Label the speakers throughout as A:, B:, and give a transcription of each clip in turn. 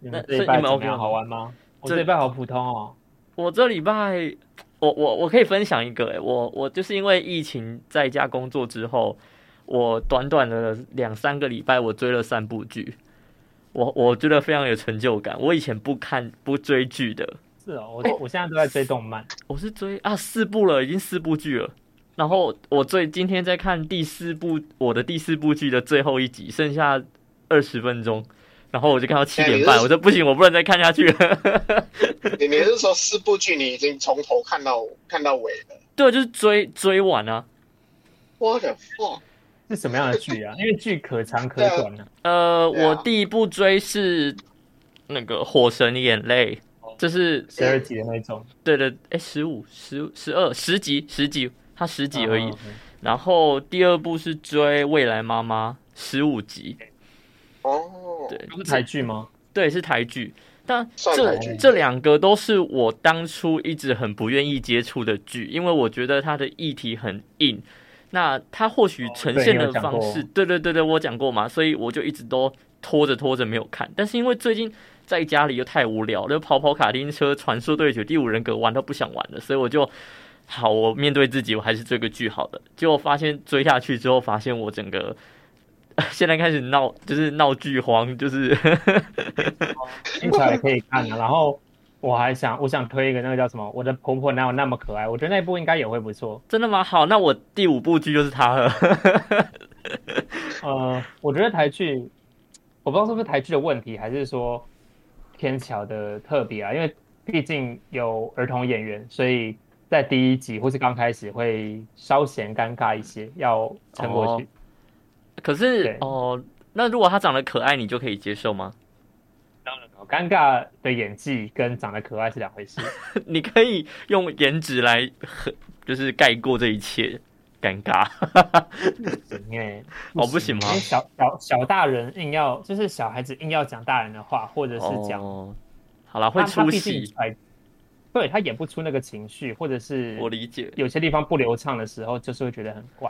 A: 你
B: 那
A: 们这
B: 所以
A: 一拜
B: 你
A: 怎
B: 们
A: 么
B: OK
A: 样？
B: 吗
A: 好玩吗？我
B: 这
A: 这一拜好普通哦。
B: 我这礼拜，我我我可以分享一个、诶，我我就是因为疫情在家工作之后，我短短的两三个礼拜，我追了三部剧，我我觉得非常有成就感。我以前不看不追剧的，
A: 是哦，我我现在都在追动漫。
B: 我是追啊四部了，已经四部剧了。然后我最今天在看第四部，我的第四部剧的最后一集，剩下二十分钟，然后我就看到七点半，
C: 哎你是
B: 我说不行，我不能再看下去了。
C: 你你是说四部剧你已经从头看到看到尾了
B: 对，就是追追完啊。
C: ？What the fuck？
A: 是什么样的剧啊？因为剧可长可短啊。
B: 呃，
C: 对啊
B: 我第一部追是那个《火神的眼泪》，这是
A: 十二集的那种，
B: 对的，哎，十五、十十二、十集、十集，它十集而已
A: 嗯。。嗯
B: 然后第二部是追《未来妈妈》，十五集，
C: 哦，
B: 对，
A: 嗯是台剧吗？
B: 对是台剧，但
C: 算
B: 这
C: 台剧
B: 这两个都是我当初一直很不愿意接触的剧，因为我觉得它的议题很硬。那它或许呈
A: 哦对
B: 现
A: 你有
B: 的
A: 讲
B: 方
A: 过
B: 式，对对对对，我讲过嘛，所以我就一直都拖着拖着没有看。但是因为最近在家里又太无聊了，就跑跑卡丁车、传说对决、第五人格玩都不想玩了，所以我就好，我面对自己，我还是追个剧好了。结果发现追下去之后，发现我整个 现在开始闹，就是闹剧荒，就是
A: 精彩可以看啊。然后我还想，我想推一个那个叫什么？我的婆婆哪有那么可爱？我觉得那部应该也会不错。
B: 真的吗？好，那我第五部剧就是它了。
A: 呃，我觉得台剧，我不知道是不是台剧的问题，还是说天桥的特别啊？因为毕竟有儿童演员，所以在第一集或是刚开始会稍显尴尬一些，要撑过去。
B: 哦可是
A: 对
B: 哦，那如果他长得可爱，你就可以接受吗？
A: 当然了，尴尬的演技跟长得可爱是两回事。
B: 你可以用颜值来很，就是盖过这一切 尴尬。
A: 因为
B: 哦不行吗
A: 因为小小小大人硬要，就是小孩子硬要讲大人的话，或者是讲
B: 哦，好啦，会
A: 他
B: 出。
A: 他毕
B: 戏
A: 竟，才对他演不出那个情绪，或者是
B: 我理解。
A: 有些地方不流畅的时候，就是会觉得很怪。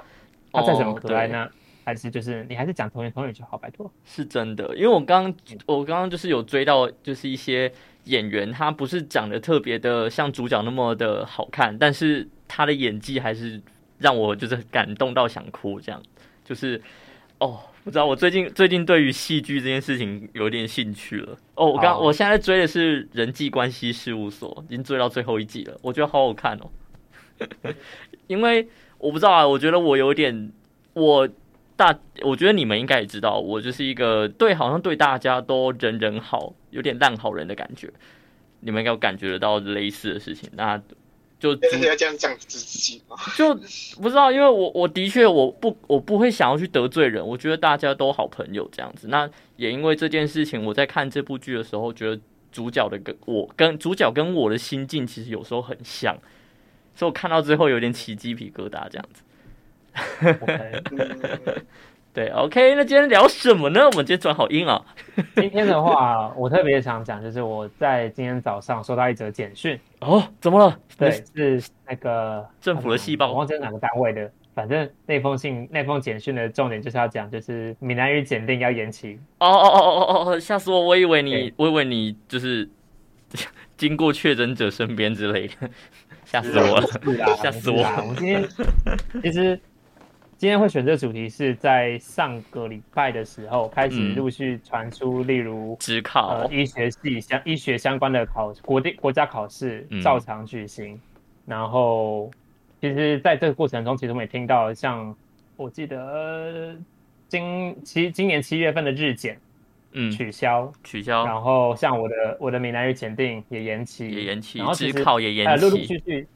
A: 他再怎么
B: 哦
A: 可爱
B: 对
A: 呢，还是就是你还是讲童言童语就好，拜托。
B: 是真的，因为我刚我刚刚就是有追到，就是一些演员，他不是长得特别的像主角那么的好看，但是他的演技还是让我就是感动到想哭，这样就是哦，不知道我最近最近对于戏剧这件事情有点兴趣了。哦，我刚、
A: 好
B: 我现在追的是《人际关系事务所》，已经追到最后一季了，我觉得好好看哦， 因为我不知道啊，我觉得我有点我大，我觉得你们应该也知道，我就是一个对好像对大家都人人好，有点烂好人的感觉。你们应该有感觉得到类似的事情，那就主
C: 要要这样讲自己吗？
B: 就不知道，因为我我的确我不我不会想要去得罪人，我觉得大家都好朋友这样子。那也因为这件事情，我在看这部剧的时候，觉得主角的跟我跟主角跟我的心境其实有时候很像，所以我看到最后有点起鸡皮疙瘩这样子。
A: OK
C: 嗯，
B: 对，OK，那今天聊什么呢？我们今天转好音啊，
A: 今天的话，我特别想讲，就是我在今天早上收到一则简 讯，
B: 哦，怎么了？
A: 对，是那个呃
B: 政府的细
A: 我
B: 胞
A: 忘记是哪个单位的。反正那封信、那封简讯的重点就是要讲，就是闽南语检定要延期，
B: 哦哦哦哦哦哦哦，吓死我！我以为你
A: 对，
B: 我以为你就是 经过确诊者身边之类的， 吓死我了。
A: 是啊
B: 吓死我
A: 是啊我今 天其实今天会选这主题是在上个礼拜的时候开始
B: 嗯
A: 陆续传出，例如、
B: 只考
A: 呃医学系相医学相关的考国定国家考试
B: 嗯
A: 照常举行。然后其实在这个过程中，其实我们也听到像我记得。呃今其今年七月份的日检
B: 嗯，
A: 取消，
B: 取消
A: 然后像我的我的闽南语检定也延期，
B: 也延期
A: 然，后其
B: 只
A: 实
B: 考也
A: 呃，
B: 延
A: 陆陆
B: 期。
A: 续续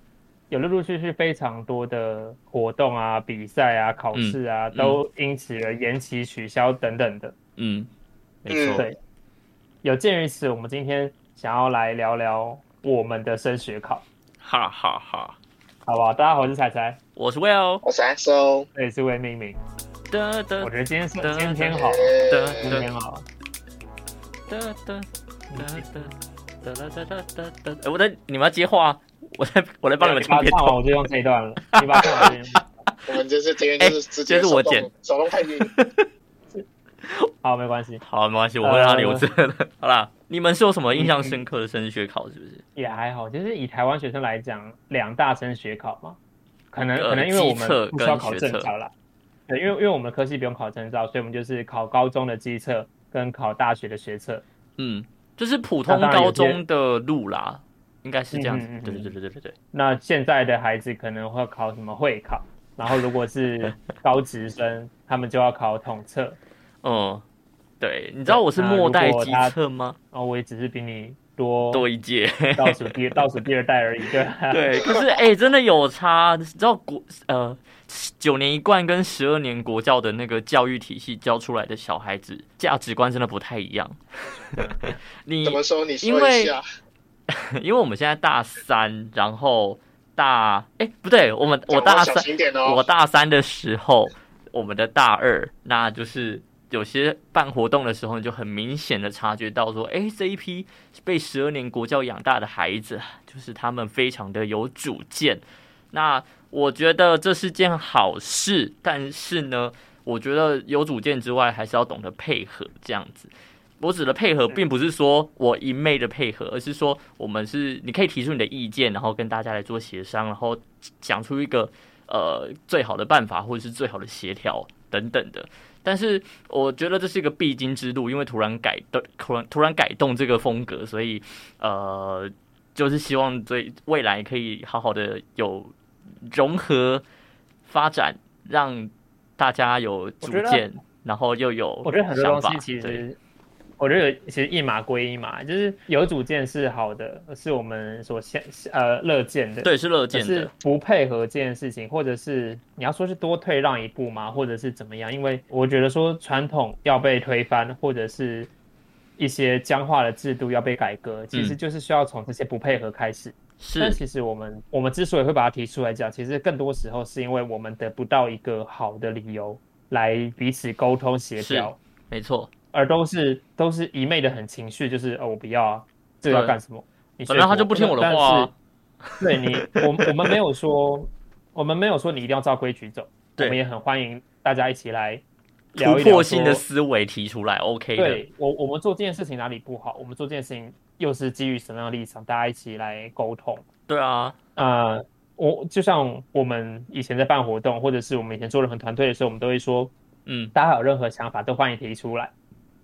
A: 有陆陆续续非常多的活动啊、比赛啊、考试啊，
B: 嗯
A: 都因此而延期、取消等等的。
B: 嗯，没
C: 嗯
B: 错。
A: 对有鉴于此，我们今天想要来聊聊我们的升学考，
B: 哈哈哈！
A: 好不好？大家好，我是彩彩，
B: 我是 Will。
C: 我是 XO。
A: 这里是魏明明。
B: 得得
A: 我觉得今天是
B: 嗯
A: 今天天好，
C: 呃
B: 得
A: 今天天好。
B: 得得得得得得得得得哎得，我在你们要接话啊， 我在我来帮你们唱
A: 把它
B: 片
A: 唱完
B: 头。
A: 我就用这一段 了，你把它唱完我就用这一段。
C: 我们就是这边就是直接
B: 哎这是我
C: 手动、
B: 剪
C: 手动配音，
A: 好，没关系。呃
B: 好，没关系，我会让他留着的。好啦，你们是有什么印
A: 嗯
B: 象深刻的升学考？是不是？
A: 也还好。其实以台湾学生来讲，两大升学考嘛，可能
B: 呃
A: 可能因为我
B: 基测
A: 们不需要考
B: 跟学
A: 证
B: 测
A: 照啦，对，因为因为我们科系不用考证照，所以我们就是考高中的基测跟考大学的学测。
B: 嗯，就是普通
A: 那当然
B: 高
A: 有些
B: 中的路啦，应该是这样子
A: 嗯嗯嗯。嗯
B: 对对对对对对对。
A: 那现在的孩子可能会考什么会考，然后如果 是高职生，他们就要考统测。
B: 嗯，对，你知道我是
A: 对那
B: 末代
A: 如果
B: 机
A: 他
B: 测吗？
A: 哦，我也只是比你多
B: 多一届。
A: 倒数 第倒数第二代而已，对 吧？
B: 对，可是哎、真的有差。你知道国呃九年一贯跟十二年国教的那个教育体系教出来的小孩子价值观真的不太一样。 你
C: 怎么说？你
B: 因
C: 说
B: 为
C: 一下。
B: 因为我们现在大三，然后大哎、不对，我们我
C: 讲话
B: 大
C: 小
B: 三
C: 心点哦。
B: 我大三的时候，我们的大二，那就是有些办活动的时候，你就很明显的察觉到说，哎，这一批被十二年国教养大的孩子，就是他们非常的有主见。那我觉得这是件好事，但是呢，我觉得有主见之外，还是要懂得配合这样子。我指的配合，并不是说我一昧的配合，而是说我们是你可以提出你的意见，然后跟大家来做协商，然后讲出一个呃最好的办法或者是最好的协调等等的。但是我觉得这是一个必经之路，因为突然改动，突然突然改动这个风格，所以呃，就是希望对未来可以好好的有融合发展，让大家有
A: 我
B: 主
A: 觉得
B: 见，然后又有
A: 我觉得很多
B: 想
A: 东
B: 法
A: 西其
B: 对
A: 实，我觉得有其实一码归一码，就是有主见是好的，是我们所现呃乐见的。
B: 对是乐
A: 可
B: 见
A: 是
B: 的，
A: 不配合这件事情，或者是你要说是多退让一步吗？或者是怎么样？因为我觉得说传统要被推翻，或者是一些僵化的制度要被改革，其实就是需要从这些不配合开始。但
B: 嗯是
A: 其实我们我们之所以会把它提出来讲，其实更多时候是因为我们得不到一个好的理由来彼此沟通协调，
B: 没错。
A: 而都是都是一昧的很情绪，就是哦我不要啊，这个
B: 对
A: 要干什么？你
B: 反正
A: 说服
B: 他就不听我的
A: 但
B: 话啊
A: 但是对你，我我们没有说，我们没有说你一定要照规矩走，我
B: 对
A: 们也很欢迎大家一起来聊
B: 突
A: 一聊
B: 破性的
A: 说
B: 思维提出来，OK 的，
A: 对我，我们做这件事情哪里不好？我们做这件事情又是基于什么样的立场？大家一起来沟通。
B: 对啊，
A: 呃，我就像我们以前在办活动，或者是我们以前做任何团队的时候，我们都会说，
B: 嗯，
A: 大家有任何想法都欢迎提出来。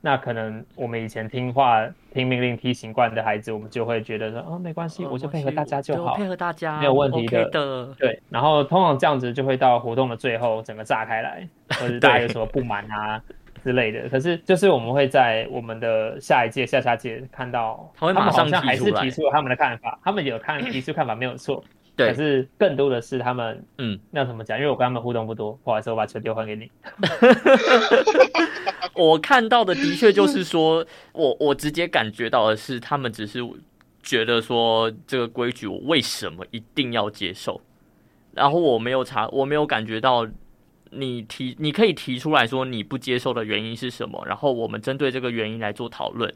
A: 那可能我们以前听话、听命令、听习惯的孩子，我们就会觉得说，哦，没关系，
B: 呃
A: 我就
B: 没
A: 配合
B: 关系
A: 大家就
B: 对我
A: 好。
B: 配合大家
A: 没有问题
B: o
A: 的
B: k 的，
A: 对，然后通常这样子就会到活动的最后整个炸开 来，或者大家
B: 对
A: 有什么不满啊之类的。可是就是我们会在我们的下一届、下下届看到，
B: 他会
A: 们
B: 马上
A: 好像还
B: 提出
A: 是
B: 来
A: 提出了他们的看法，他们有 看提出看法没有错，可
B: 对，
A: 是更多的是他们
B: 嗯，
A: 那怎么讲？因为我跟他们互动不多，不好意思，我把球丢还给你。
B: 我看到的的确就是说，我我直接感觉到的是，他们只是觉得说这个规矩我为什么一定要接受，然后我没有查，我没有感觉到你提，你可以提出来说你不接受的原因是什么，然后我们针对这个原因来做讨论。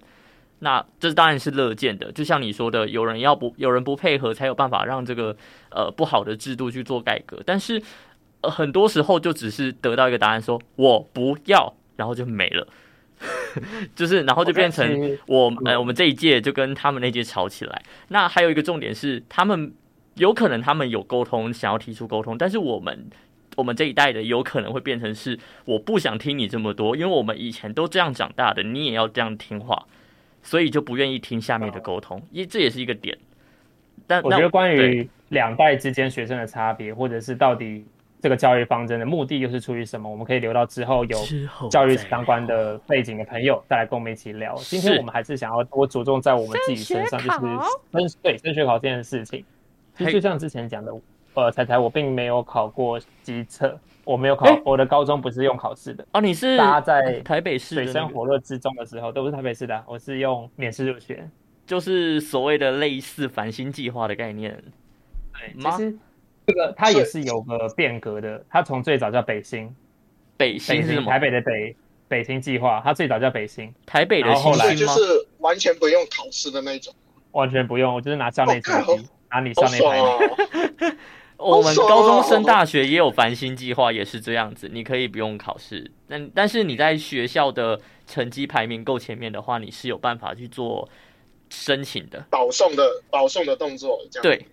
B: 那这当然是乐见的，就像你说的，有人要不有人不配合，才有办法让这个呃不好的制度去做改革。但是、呃、很多时候就只是得到一个答案说，我不要，然后就没了， 就是然后就变成
A: 其实
B: 我
A: 嗯
B: 呃，我们这一届就跟他们那届吵起来。那还有一个重点是，他们有可能他们有沟通，想要提出沟通，但是我们我们这一代的有可能会变成是我不想听你这么多，因为我们以前都这样长大的，你也要这样听话，所以就不愿意听下面的沟通，也这也是一个点。但
A: 我觉
B: 那
A: 得关
B: 对
A: 于两代之间学生的差别，或者是到底这个教育方针的目的又是出于什么，我们可以留到之后有
B: 之后
A: 教育
B: 再
A: 相关的背景的朋友再来跟我们一起聊。今天
B: 是
A: 我们还是想要多着重在我们自己身上，就
D: 升学
A: 是
D: 考
A: 升对升学考这件事情。就
B: 嘿
A: 就像之前讲的，呃，彩彩我并没有考过机测，我没有考
B: 哎，
A: 我的高中不是用考试的，
B: 哦，你是
A: 大家在
B: 台北市
A: 水
B: 的那
A: 深
B: 个
A: 火热之中的时候，都不是台北市的啊，我是用免试入学。
B: 就是所谓的类似繁星计划的概念，
A: 对，
B: 吗
A: 其实这个它也是有个变革的，它从最早叫北星，
B: 北星
A: 北
B: 是什
A: 星
B: 么？
A: 台北的北北星计划，它最早叫北星，
B: 台北的
A: 然后
B: 星
A: 后来
C: 所以
B: 星
C: 就
B: 吗？
C: 是完全不用考试的那种，
A: 完全不用，我就是拿校内成
C: 哦看
A: 绩，拿你校
C: 好
A: 内
C: 爽
A: 排名。
C: 哦！
B: 我们
C: 爽哦
B: 高中升大学也有繁星计划，也是这样子，你可以不用考试，但但是你在学校的成绩排名够前面的话，你是有办法去做申请的。
C: 保送的保送的动作，这样
B: 对，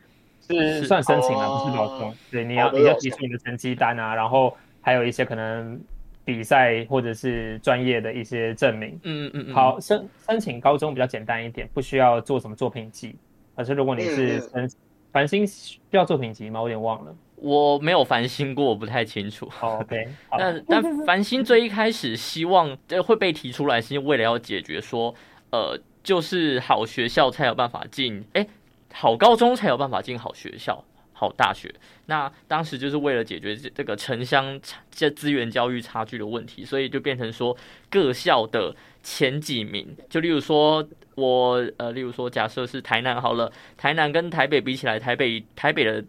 A: 是
B: 是
A: 算申请啊，
C: 哦
A: 不是劳动。对，你
C: 哦
A: 要
C: 不
A: 你
C: 是
A: 要
C: 劳
A: 提
C: 动
A: 出你的成绩单啊，然后还有一些可能比赛或者是专业的一些证明。
B: 嗯嗯嗯，
A: 好，申申请高中比较简单一点，不需要做什么作品集。可是如果你是
C: 嗯
A: 申繁星需要作品集吗？我有点忘了。
B: 我没有繁星过，我不太清楚。
A: 哦 OK，好，
B: 但但繁星最一开始希望这会被提出来，是为了要解决说，呃，就是好学校才有办法进，哎、好高中才有办法进好学校、好大学。那当时就是为了解决这这个城乡差这资源教育差距的问题，所以就变成说各校的前几名，就例如说。我呃，例如说，假设是台南好了，台南跟台北比起来，台北台北的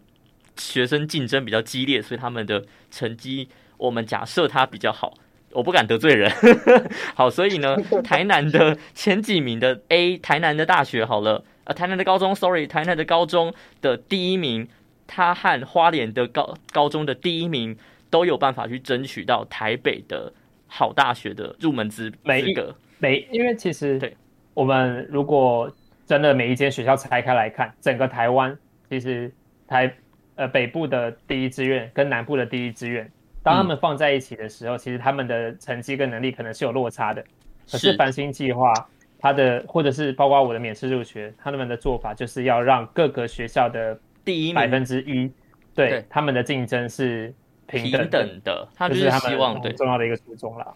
B: 学生竞争比较激烈，所以他们的成绩我们假设他比较好，我不敢得罪人。 好，所以呢，台南的前几名的 A，台南的大学好了，呃，台南的高中，sorry，台南的高中的第一名，他和花莲的高高中的第一名都有办法去争取到台北的好大学的入门资
A: 每
B: 资
A: 一
B: 格。
A: 每因为其实
B: 对
A: 我们如果真的每一间学校拆开来看，整个台湾其实台呃北部的第一志愿跟南部的第一志愿，当他们放在一起的
B: 嗯
A: 时候，其实他们的成绩跟能力可能是有落差的。可是
B: 是
A: 繁星计划它的或者是包括我的免试入学，他们的做法就是要让各个学校的
B: 第一
A: 百
B: 名
A: 分之一对
B: 对
A: 他们的竞争是平
B: 平
A: 等的，
B: 等的，他
A: 这
B: 就是
A: 他
B: 希
A: 们
B: 望
A: 很
B: 对
A: 重要的一个初衷啦。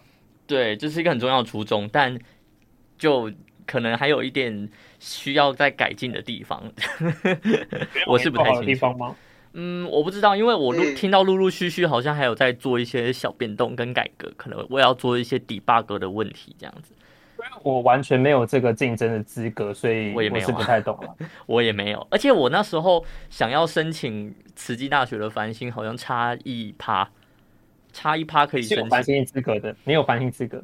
B: 对，这是一个很重要的初衷，但就可能还有一点需要再改进的地方。我是不太
A: 好的
B: 清
A: 地
B: 楚。
A: 方吗？
B: 嗯，我不知道，因为我陆
C: 嗯
B: 听到陆陆续续好像还有在做一些小变动跟改革，可能我也要做一些 debug 的问题，这样子
A: 我完全没有这个竞争的资格，所以
B: 我也没有啊
A: 是不太懂 了。
B: 我也没有。而且我那时候想要申请慈济大学的繁星，好像差一趴，差一趴可以
A: 是有
B: 申
A: 繁
B: 请，
A: 星资格的，你有繁星资 格，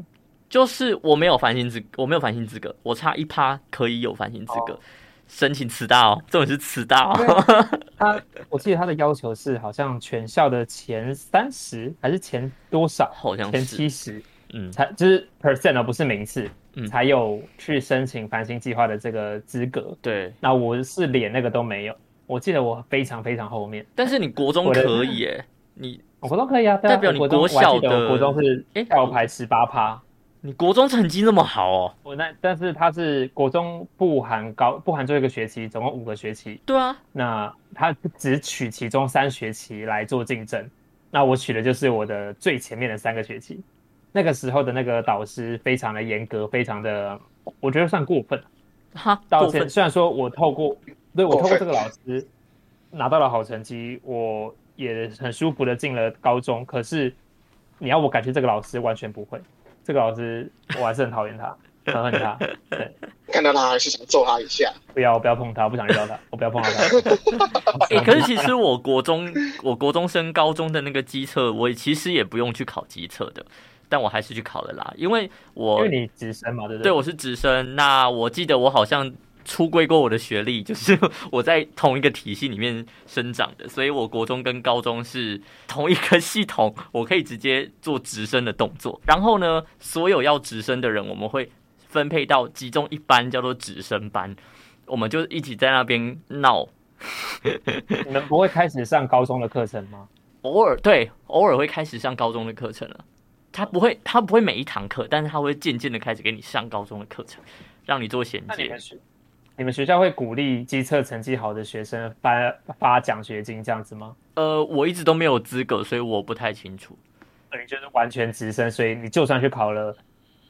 B: 就是我没有繁星资，我没有繁星资格，我差一趴可以有繁星资格。申请慈大哦，这种是慈大哦，
A: 他我记得他的要求是好像全校的前三十还是前多少，
B: 好像
A: 前
B: 是，
A: 七十
B: 嗯，
A: 才就是 percent 哦而不是名次，
B: 嗯
A: 才有去申请繁星计划的这个资格。
B: 对。
A: 那我是连那个都没有，我记得我非常非常后面，
B: 但是你国中
A: 我的
B: 可以耶，你
A: 我国中可以啊，对啊
B: 代表你
A: 我国
B: 国
A: 中我还
B: 小
A: 记得我
B: 的
A: 国中是
B: 诶
A: 校排十八趴。
B: 你国中成绩那么好哦，
A: 我那但是他是国中不含高不含最后一个学期，总共五个学期，
B: 对啊，
A: 那他只取其中三学期来做竞争。那我取的就是我的最前面的三个学期。那个时候的那个导师非常的严格，非常的，我觉得算过分。
B: 哈，
A: 道
B: 过
A: 歉，
B: 分，
A: 虽然说我透过对我透过
C: 过分
A: 这个老师拿到了好成绩，我也很舒服的进了高中。可是你要我感谢这个老师，完全不会。这个老师我还是很讨厌他，很恨他。
C: 看到他还是想揍他一下。
A: 不要不要碰他，我不想遇 到他，我不要碰到他。
B: 哎、可是其实我国中， 我国中升高中的那个机测，我其实也不用去考机测的，但我还是去考了啦，因为
A: 因
B: 我
A: 为你直升嘛，对不
B: 对我是直升，那我记得我好像出柜过我的学历，就是我在同一个体系里面生长的，所以我国中跟高中是同一个系统，我可以直接做直升的动作。然后呢，所有要直升的人，我们会分配到集中一班，叫做直升班，我们就一起在那边闹。
A: 对，你们不会开始上高中的课程吗？
B: 偶尔对，偶尔会开始上高中的课程了。他不会，他不会每一堂课，但是他会渐渐的开始给你上高中的课程，让你做衔
A: 那你
B: 接
A: 们。学你们学校会鼓励机测成绩好的学生发发奖学金这样子吗？
B: 呃，我一直都没有资格，所以我不太清楚。
A: 等于哦就是完全直升，所以你就算去考了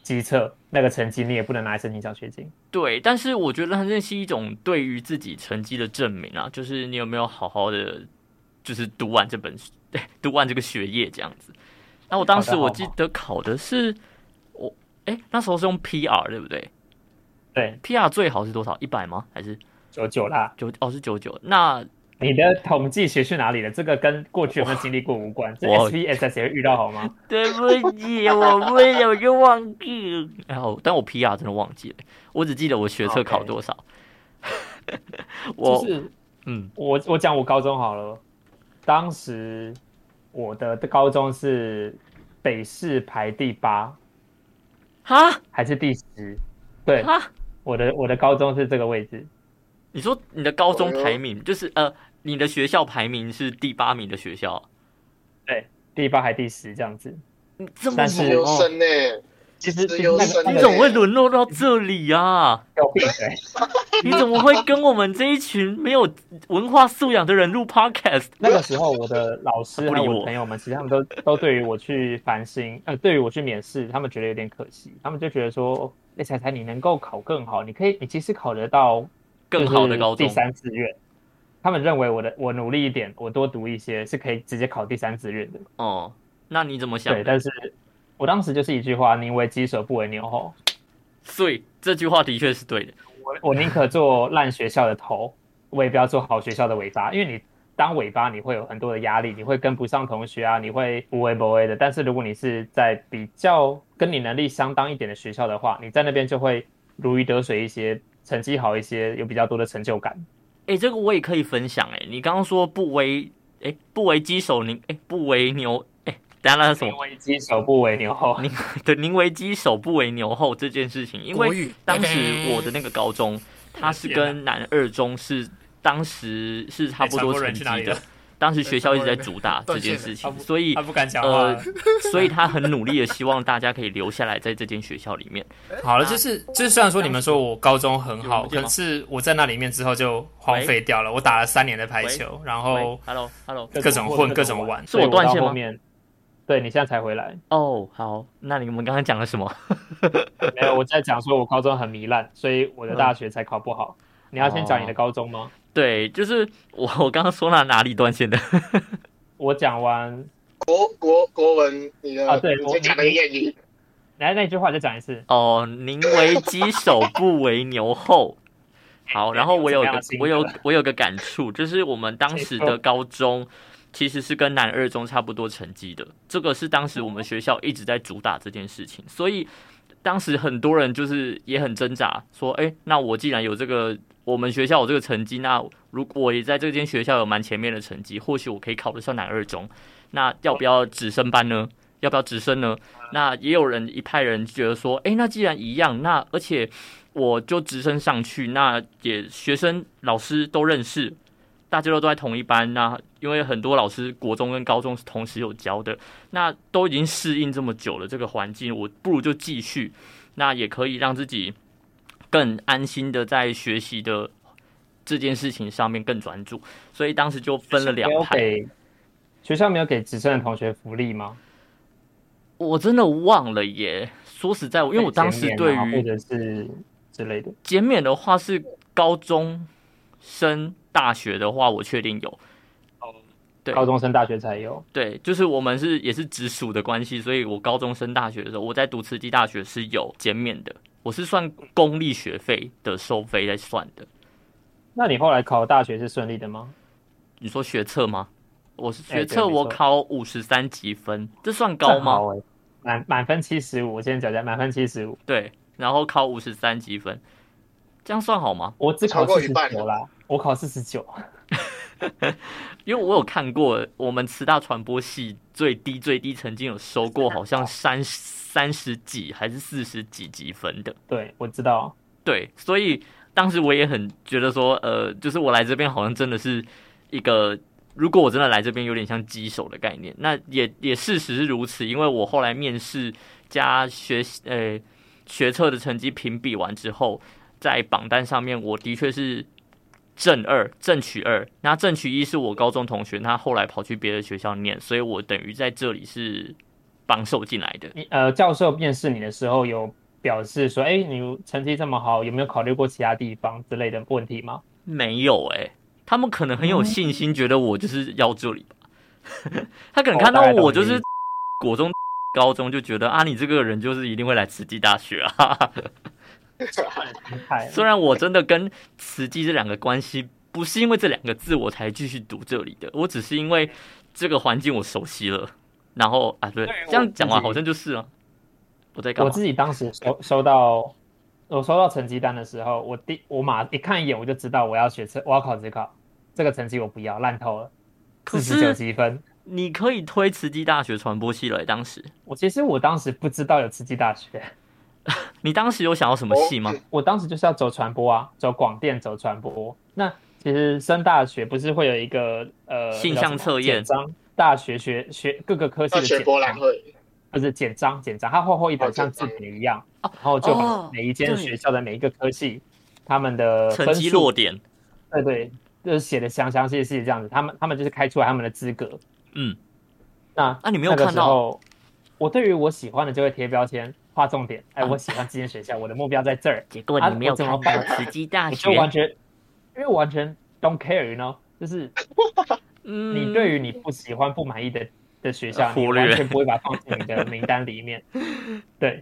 A: 机测，那个成绩你也不能拿来申请奖学金。
B: 对，但是我觉得它那是一种对于自己成绩的证明啊，就是你有没有好好的，就是读完这本书， 读完这个学业这样子。那我当时
A: 好的
B: 我
A: 好
B: 记得考的是我，哎，那时候是用 PR 对不对
A: 对，
B: ？PR 最好是多少？一百吗？还是
A: 九九啦，
B: 九？哦，是九九。那
A: 你的统计学去哪里了？这个跟过去有没有经历过无关，这
B: 我
A: SPSS 也会遇到好吗？
B: 对不起，我温柔就忘记了。然后，但我 PR 真的忘记了，我只记得我学测考
A: OK
B: 多 少。我、
A: 就是
B: 嗯，
A: 我我讲我高中好了，当时我的高中是北市排第八
B: 哈
A: 还是第十？对，
B: 哈，
A: 我的我的高中是这个位置，
B: 你说你的高中
C: 哎呦
B: 排名就是呃，你的学校排名是第八名的学校，
A: 第八还第十这样子。
B: 你这么
A: 但是
B: 猛
C: 优
B: 哦，
C: 生呢？
A: 其实
C: 是
A: 其实
C: 优
A: 那
C: 胜
A: 个那
B: 你
A: 个
B: 怎么会沦落到这里啊？
A: 有病欸对，
B: 你怎么会跟我们这一群没有文化素养的人录 podcast？
A: 那个时候我的老师
B: 不
A: 还
B: 理
A: 有我
B: 我
A: 的朋友们，其实他们都都对于我去繁星，呃，对于我去免试，他们觉得有点可惜，他们就觉得说，那彩彩你能够考更好，你可以，你其实考得到
B: 更好的高
A: 就是第，
B: 中
A: 三志愿。他们认为我的我努力一点，我多读一些是可以直接考第三志愿的。
B: 哦、那你怎么想
A: 对，？但是我当时就是一句话：宁为鸡首，不为牛后。
B: 所以这句话的确是对的。
A: 我我宁可做烂学校的头，我也不要做好学校的尾巴，因为你当尾巴你会有很多的压力，你会跟不上同学啊，你会无为不为的。但是如果你是在比较跟你能力相当一点的学校的话，你在那边就会如鱼得水一些，成绩好一些，有比较多的成就感。
B: 哎、这个我也可以分享哎、你刚刚说不为哎、不为鸡首宁哎、不为牛哎、等一下那是什
A: 宁
B: 么？
A: 为鸡首，不为牛后。
B: 对，宁为鸡首不为牛后这件事情，因
D: 国
B: 为
D: 语
B: 当时我的那个高中，它是跟南二中是当时是差不多成绩
D: 哎传播人去 哪里
B: 的
D: 了，
B: 当时学校一直在主打这
D: 断线
B: 件
D: 了
B: 事
D: 他
B: 情，
D: 不
B: 所以
D: 他不敢讲话
B: 呃
D: 了。，
B: 所以他很努力的希望大家可以留下来在这间学校里 面。
A: 哎
D: 好了，就是就是，虽然说你们说我高中很好，
B: 有意见吗
D: 可是我在那里面之后就荒废掉了。我打了三年的排球，然后
B: 喂，Hello Hello，
D: 各种混各种玩
B: 是我断线吗
A: 后面，对你现在才回来，
B: 哦，好，那你们刚刚讲了什么？
A: 没有我在讲说我高中很糜烂，所以我的大学才考不好。
D: 嗯
A: 你要先讲你的高中吗？
B: 对，就是我我刚刚说到哪里断线的？
A: 我讲完，
C: 国国国文，你的
A: 啊对
C: 你
A: 我
C: 在讲那个谚语，
A: 来那句话再讲一次。
B: 哦，宁为鸡首不为牛后。好，
A: 哎
B: 然后我有
A: 你有什么样
B: 个
A: 的心得
D: 啊
B: 我有我有个感触，就是我们当时的高中其实是跟南二中差不多成绩的，这个是当时我们学校一直在主打这件事情，所以当时很多人就是也很挣扎，说，哎，那我既然有这个我们学校有这个成绩，那如果我也在这间学校有蛮前面的成绩，或许我可以考得上南二中，那要不要直升班呢？要不要直升呢？那也有人一派人觉得说，诶，那既然一样，那而且我就直升上去，那也学生老师都认识，大家都都在同一班，那因为很多老师国中跟高中是同时有教的，那都已经适应这么久了这个环境，我不如就继续，那也可以让自己更安心的在学习的这件事情上面更专注，所以当时就分了两
A: 没有
B: 派。
A: 给学校没有给直升的同学福利吗？
B: 我真的忘了耶。说实在，因为我当时对
A: 减免啊或
B: 于
A: 者是之类的，
B: 减免的话是高中升大学的话，我确定有。对
A: 高中生大学才有。
B: 对，就是我们是也是直属的关系，所以我高中升大学的时候，我在读慈济大学是有减免的，我是算公立学费的收费在算的。
A: 那你后来考大学是顺利的吗？
B: 你说学测吗？我是
A: 哎对
B: 学测，
A: 没
B: 我
A: 错
B: 考五十三积分，这算高
A: 正
B: 吗？
A: 好欸？满满分七十五，我今天讲讲满分七十五，
B: 对，然后考五十三积分，这样算好吗？
A: 我只考
C: 超过
A: 四
C: 一
A: 十
C: 半
A: 九啦，我考四十九，
B: 因为我有看过，我们慈大传播系最低最低曾经有收过，好 像三三十几还是四十几积分的。
A: 对我知道。
B: 对，所以当时我也很觉得说，呃，就是我来这边好像真的是一个，如果我真的来这边，有点像鸡手的概念。那也也事实是如此，因为我后来面试加学习呃学测的成绩评比完之后，在榜单上面，我的确是正二，正取二。那正取一是我高中同学，他后来跑去别的学校念，所以我等于在这里是榜首进来的。
A: 你呃，教授面试你的时候有表示说，哎，你成绩这么好，有没有考虑过其他地方之类的问题吗？
B: 没有哎、他们可能很有信心，觉得我就是要这里吧。 他可能看到我
A: 哦大概懂你的
B: 就
A: 意
B: 是
A: 思
B: 国中、 高中就觉得啊，你这个人就是一定会来慈济大学啊。
A: 嗨，
B: 虽然我真的跟慈济这两个关系不是因为这两个字我才继续读这里的，我只是因为这个环境我熟悉了。然后啊，对
A: 对，
B: 这样讲
A: 我自
B: 完
A: 己
B: 好像就是啊，我在干
A: 我
B: 嘛？
A: 自己当时收收到我收到成绩单的时候，我第我马一看一眼我就知道我要学车，我要考职考，这个成绩我不要，烂透了。
B: 可
A: 四十九
B: 是
A: 积分。
B: 你可以推慈济大学传播系了、欸，当时
A: 我其实我当时不知道有慈济大学，
B: 你当时有想要什么系吗？
A: 我当时就是要走传播啊，走广电，走传播。那其实升大学不是会有一个呃
B: 性向测验
A: 那叫什么简章，大学学学各个科系
C: 大
A: 的
C: 学
A: 简
C: 博览
A: 章，
C: 会，
A: 不是简章简章，它厚厚一本
C: 哦简
A: 像
C: 章
A: 字典一样，
B: 哦
A: 然后就
B: 哦
A: 把每一间
B: 对
A: 学校的每一个科系他们的
B: 成
A: 分
B: 绩
A: 数
B: 落，点，
A: 对对，就是写的详详细细这样子。他们他们就是开出来他们的资格。
B: 嗯，
A: 那
B: 啊，你没有
A: 那个
B: 看
A: 时
B: 到，
A: 候，我对于我喜欢的就会贴标签、划重点。哎，
B: 啊
A: 我喜欢这间学校，我的目标在这儿。
B: 结果
A: 啊
B: 你没有
A: 我怎
B: 看
A: 么
B: 到
C: 办
B: 慈济大
A: 我
B: 学
A: 就，完全，因为我完全 don't care，you know，就是
B: 嗯，
A: 你对于你不喜欢、不满意的的学校，你
B: 呃忽略
A: 完全不会把它放进你的名单里 面。对，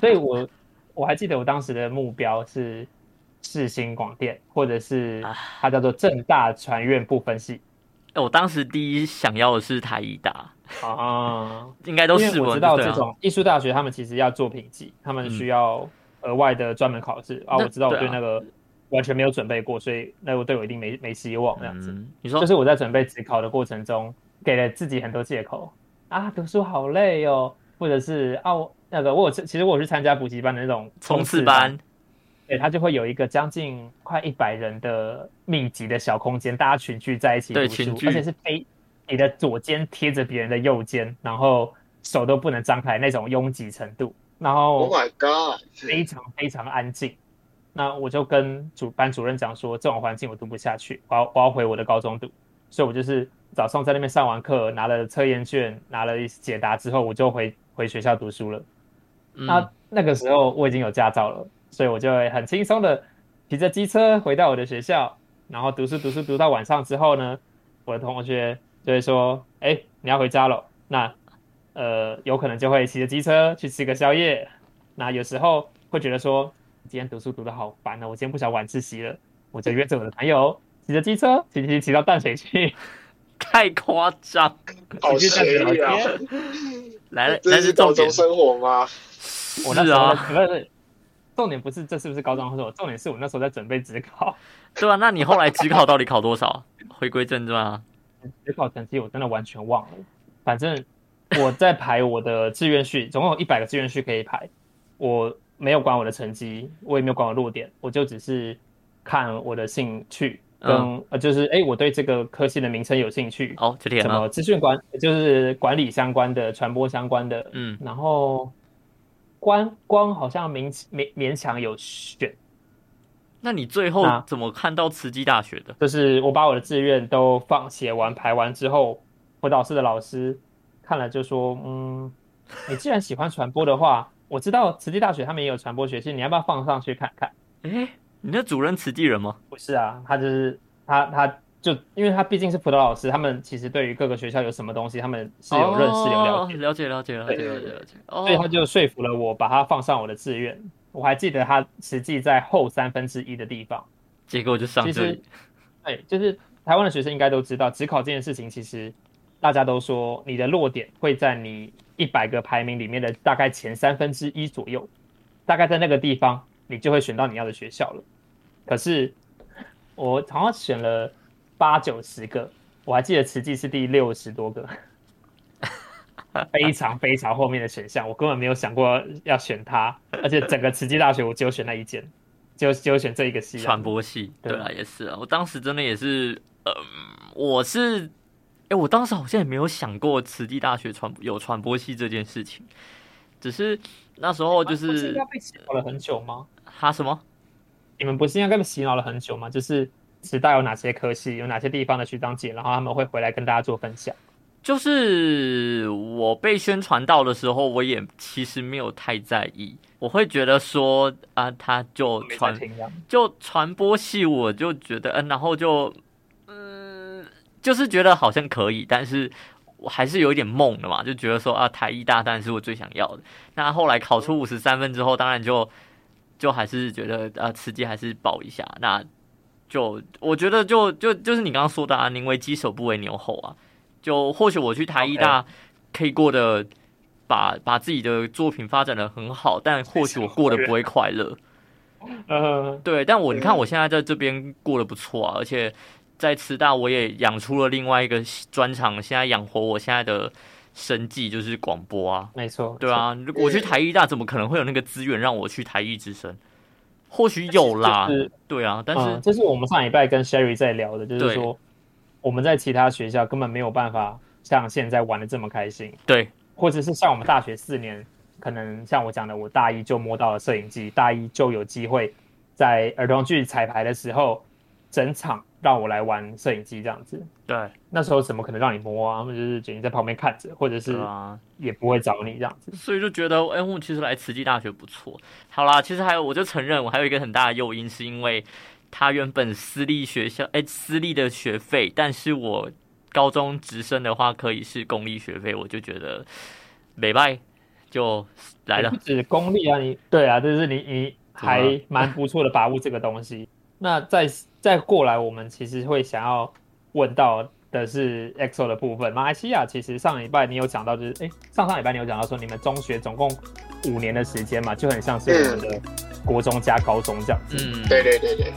A: 所以我我还记得我当时的目标是世新广电，或者是
B: 啊
A: 它叫做正大传院部分系
B: 哎我当时第一想要的是台艺大，
A: 啊。
B: 应该都
A: 因
B: 是
A: 为我知
B: 对
A: 道
B: 啊
A: 这种艺术大学，他们其实要做评级，他们需要额外的专门考试啊。
B: 那
A: 我知道我
B: 对
A: 对
B: 啊
A: 那个完全没有准备过，所以那我对我一定没没希望这样子。
B: 嗯，你
A: 就
B: 说
A: 是我在准备职考的过程中，给了自己很多借口啊，读书好累哦，或者是啊，我那个我有其实我有去参加补习班的那种
B: 冲刺
A: 刺
B: 班，，
A: 对，它就会有一个将近快一百人的密集的小空间，大家群聚在一起
B: 对
A: 读书
B: 群聚
A: 而且是非你的左肩贴着别人的右肩，然后手都不能张开那种拥挤程度，然
B: 哦
C: Oh
A: 后
C: my god！
A: 非常非常安静。那我就跟主班主任讲说，这种环境我读不下去，我要我要回我的高中读，所以我就是早上在那边上完课，拿了测验卷，拿了解答之后，我就回回学校读书了。
B: 嗯
A: 那，那个时候我已经有驾照了，所以我就会很轻松的骑着机车回到我的学校，然后读书读书读到晚上之后呢，我的同学就会说：“哎、你要回家了。”那呃，有可能就会骑着机车去吃个宵夜。那有时候会觉得说，哎今天读书读的好烦哦，我今天不想晚自习了，我就约着我的朋友骑着机车骑骑骑到淡水 去，
B: 太夸张，
C: 好邪
A: 去淡水
C: 恶
A: 聊
C: 啊！
A: 天。
B: 来了，来
C: 这
B: 哎是
C: 是
B: 重
C: 高
B: 点
C: 中，生活吗？
A: 我那
B: 是
A: 时候
B: 啊，
A: 在 不是不是，重点不是这是不是高中生活，重点是我那时候在准备职考。
B: 对啊，那你后来职考到底考多少？回归正传啊，
A: 职考成绩我真的完全忘了，反正我在排我的志愿序，总共有一百个志愿序可以排，我没有管我的成绩，我也没有管我落点，我就只是看我的兴趣跟、
B: 嗯
A: 呃，就是哎、诶我对这个科系的名称有兴趣，
B: 哦，这天
A: 什
B: 啊，
A: 么资讯管就是管理相关的、传播相关的，
B: 嗯，
A: 然后光光好像勉勉勉强有选，
B: 那你最后
A: 那
B: 怎么看到慈济大学的？
A: 就是我把我的志愿都放写完排完之后，辅导室的老师看了就说：“嗯，你既然喜欢传播的话，我知道慈济大学他们也有传播学系，你要不要放上去看看
B: 哎，你那主任慈济人吗？？”
A: 不是啊，他就是他他就因为他毕竟是辅导老师，他们其实对于各个学校有什么东西，他们是有认识、有了
B: 哦
A: 解，
B: 了解，了解，了解，
C: 对
B: 了解，了解。哦，
A: 所以他就说服了我，把它放上我的志愿。我还记得他实际在后三分之一的地方。
B: 结果就上
A: 其
B: 这
A: 实
B: 里，，
A: 对，就是台湾的学生应该都知道，只考这件事情，其实大家都说你的落点会在你一百个排名里面的大概前三分之一左右，大概在那个地方，你就会选到你要的学校了。可是我好像选了八九十个，我还记得慈济是第六十多个。 非常非常后面的选项，我根本没有想过要选它，而且整个慈济大学我只有选那一间，只有只有选这一个系啊
B: 传播系，
A: 对
B: 对啊，也是啊。我当时真的也是，嗯，我是，哎，我当时好像也没有想过慈济大学传有传播系这件事情，只是那时候就
A: 啊不应
B: 是呃
A: 该被洗脑了很久吗？
B: 他什么
A: 你们不是应该被洗脑了很久吗？就是时代有哪些科系，有哪些地方的学长姐，然后他们会回来跟大家做分享。
B: 就是我被宣传到的时候，我也其实没有太在意，我会觉得说啊，他就
A: 没在
B: 传
A: 听这样
B: 就传播系，我就觉得嗯，然后就嗯，就是觉得好像可以，但是我还是有一点梦的嘛，就觉得说啊，台艺大当然是我最想要的。那后来考出五十三分之后，当然就就还是觉得啊，呃慈济还是保一下。那就我觉得就就就是你刚刚说的啊，宁为鸡首不为牛后啊。就或许我去台艺大可以过得把把自己的作品发展的很好，但或许我过得不会快乐。
A: 呃，
B: 嗯对，但我
C: 对
B: 你看我现在在这边过得不错啊，而且在师大我也养出了另外一个专长，现在养活我现在的生计就是广播啊。
A: 没错，
B: 对啊，如果我去台艺大，怎么可能会有那个资源让我去台艺之声？或许有啦
A: 就是，
B: 对啊，但
A: 没错，嗯，
B: 是
A: 这是我们上礼拜跟 Sherry 在聊的，就是
B: 对
A: 说我们在其他学校根本没有办法像现在玩的这么开心，
B: 对
A: 或者是像我们大学四年，可能像我讲的，我大一就摸到了摄影机，大一就有机会在儿童剧彩排的时候，整场让我来玩摄影机这样子。
B: 对
A: 那时候怎么可能让你摸啊？他们就是只能在旁边看着，或者是
B: 对啊，
A: 也不会找你这样子。
B: 所以就觉得，哎、我其实来慈济大学不错。好啦，其实还有，我就承认我还有一个很大的诱因，是因为他原本私立学校，哎、私立的学费，但是我高中直升的话可以是公立学费，我就觉得美拜就来
A: 也
B: 了
A: 不。止功力啊，你对啊，就是你你
B: 怎么了
A: 还蛮不错的把握这个东西。那再再过来，我们其实会想要问到的是 EXO 的部分。马来西亚其实上礼拜你有讲到，就是哎上上礼拜你有讲到说你们中学总共五年的时间嘛，就很像是我们的国中加高中这样子。
B: 嗯，
C: 对对对对，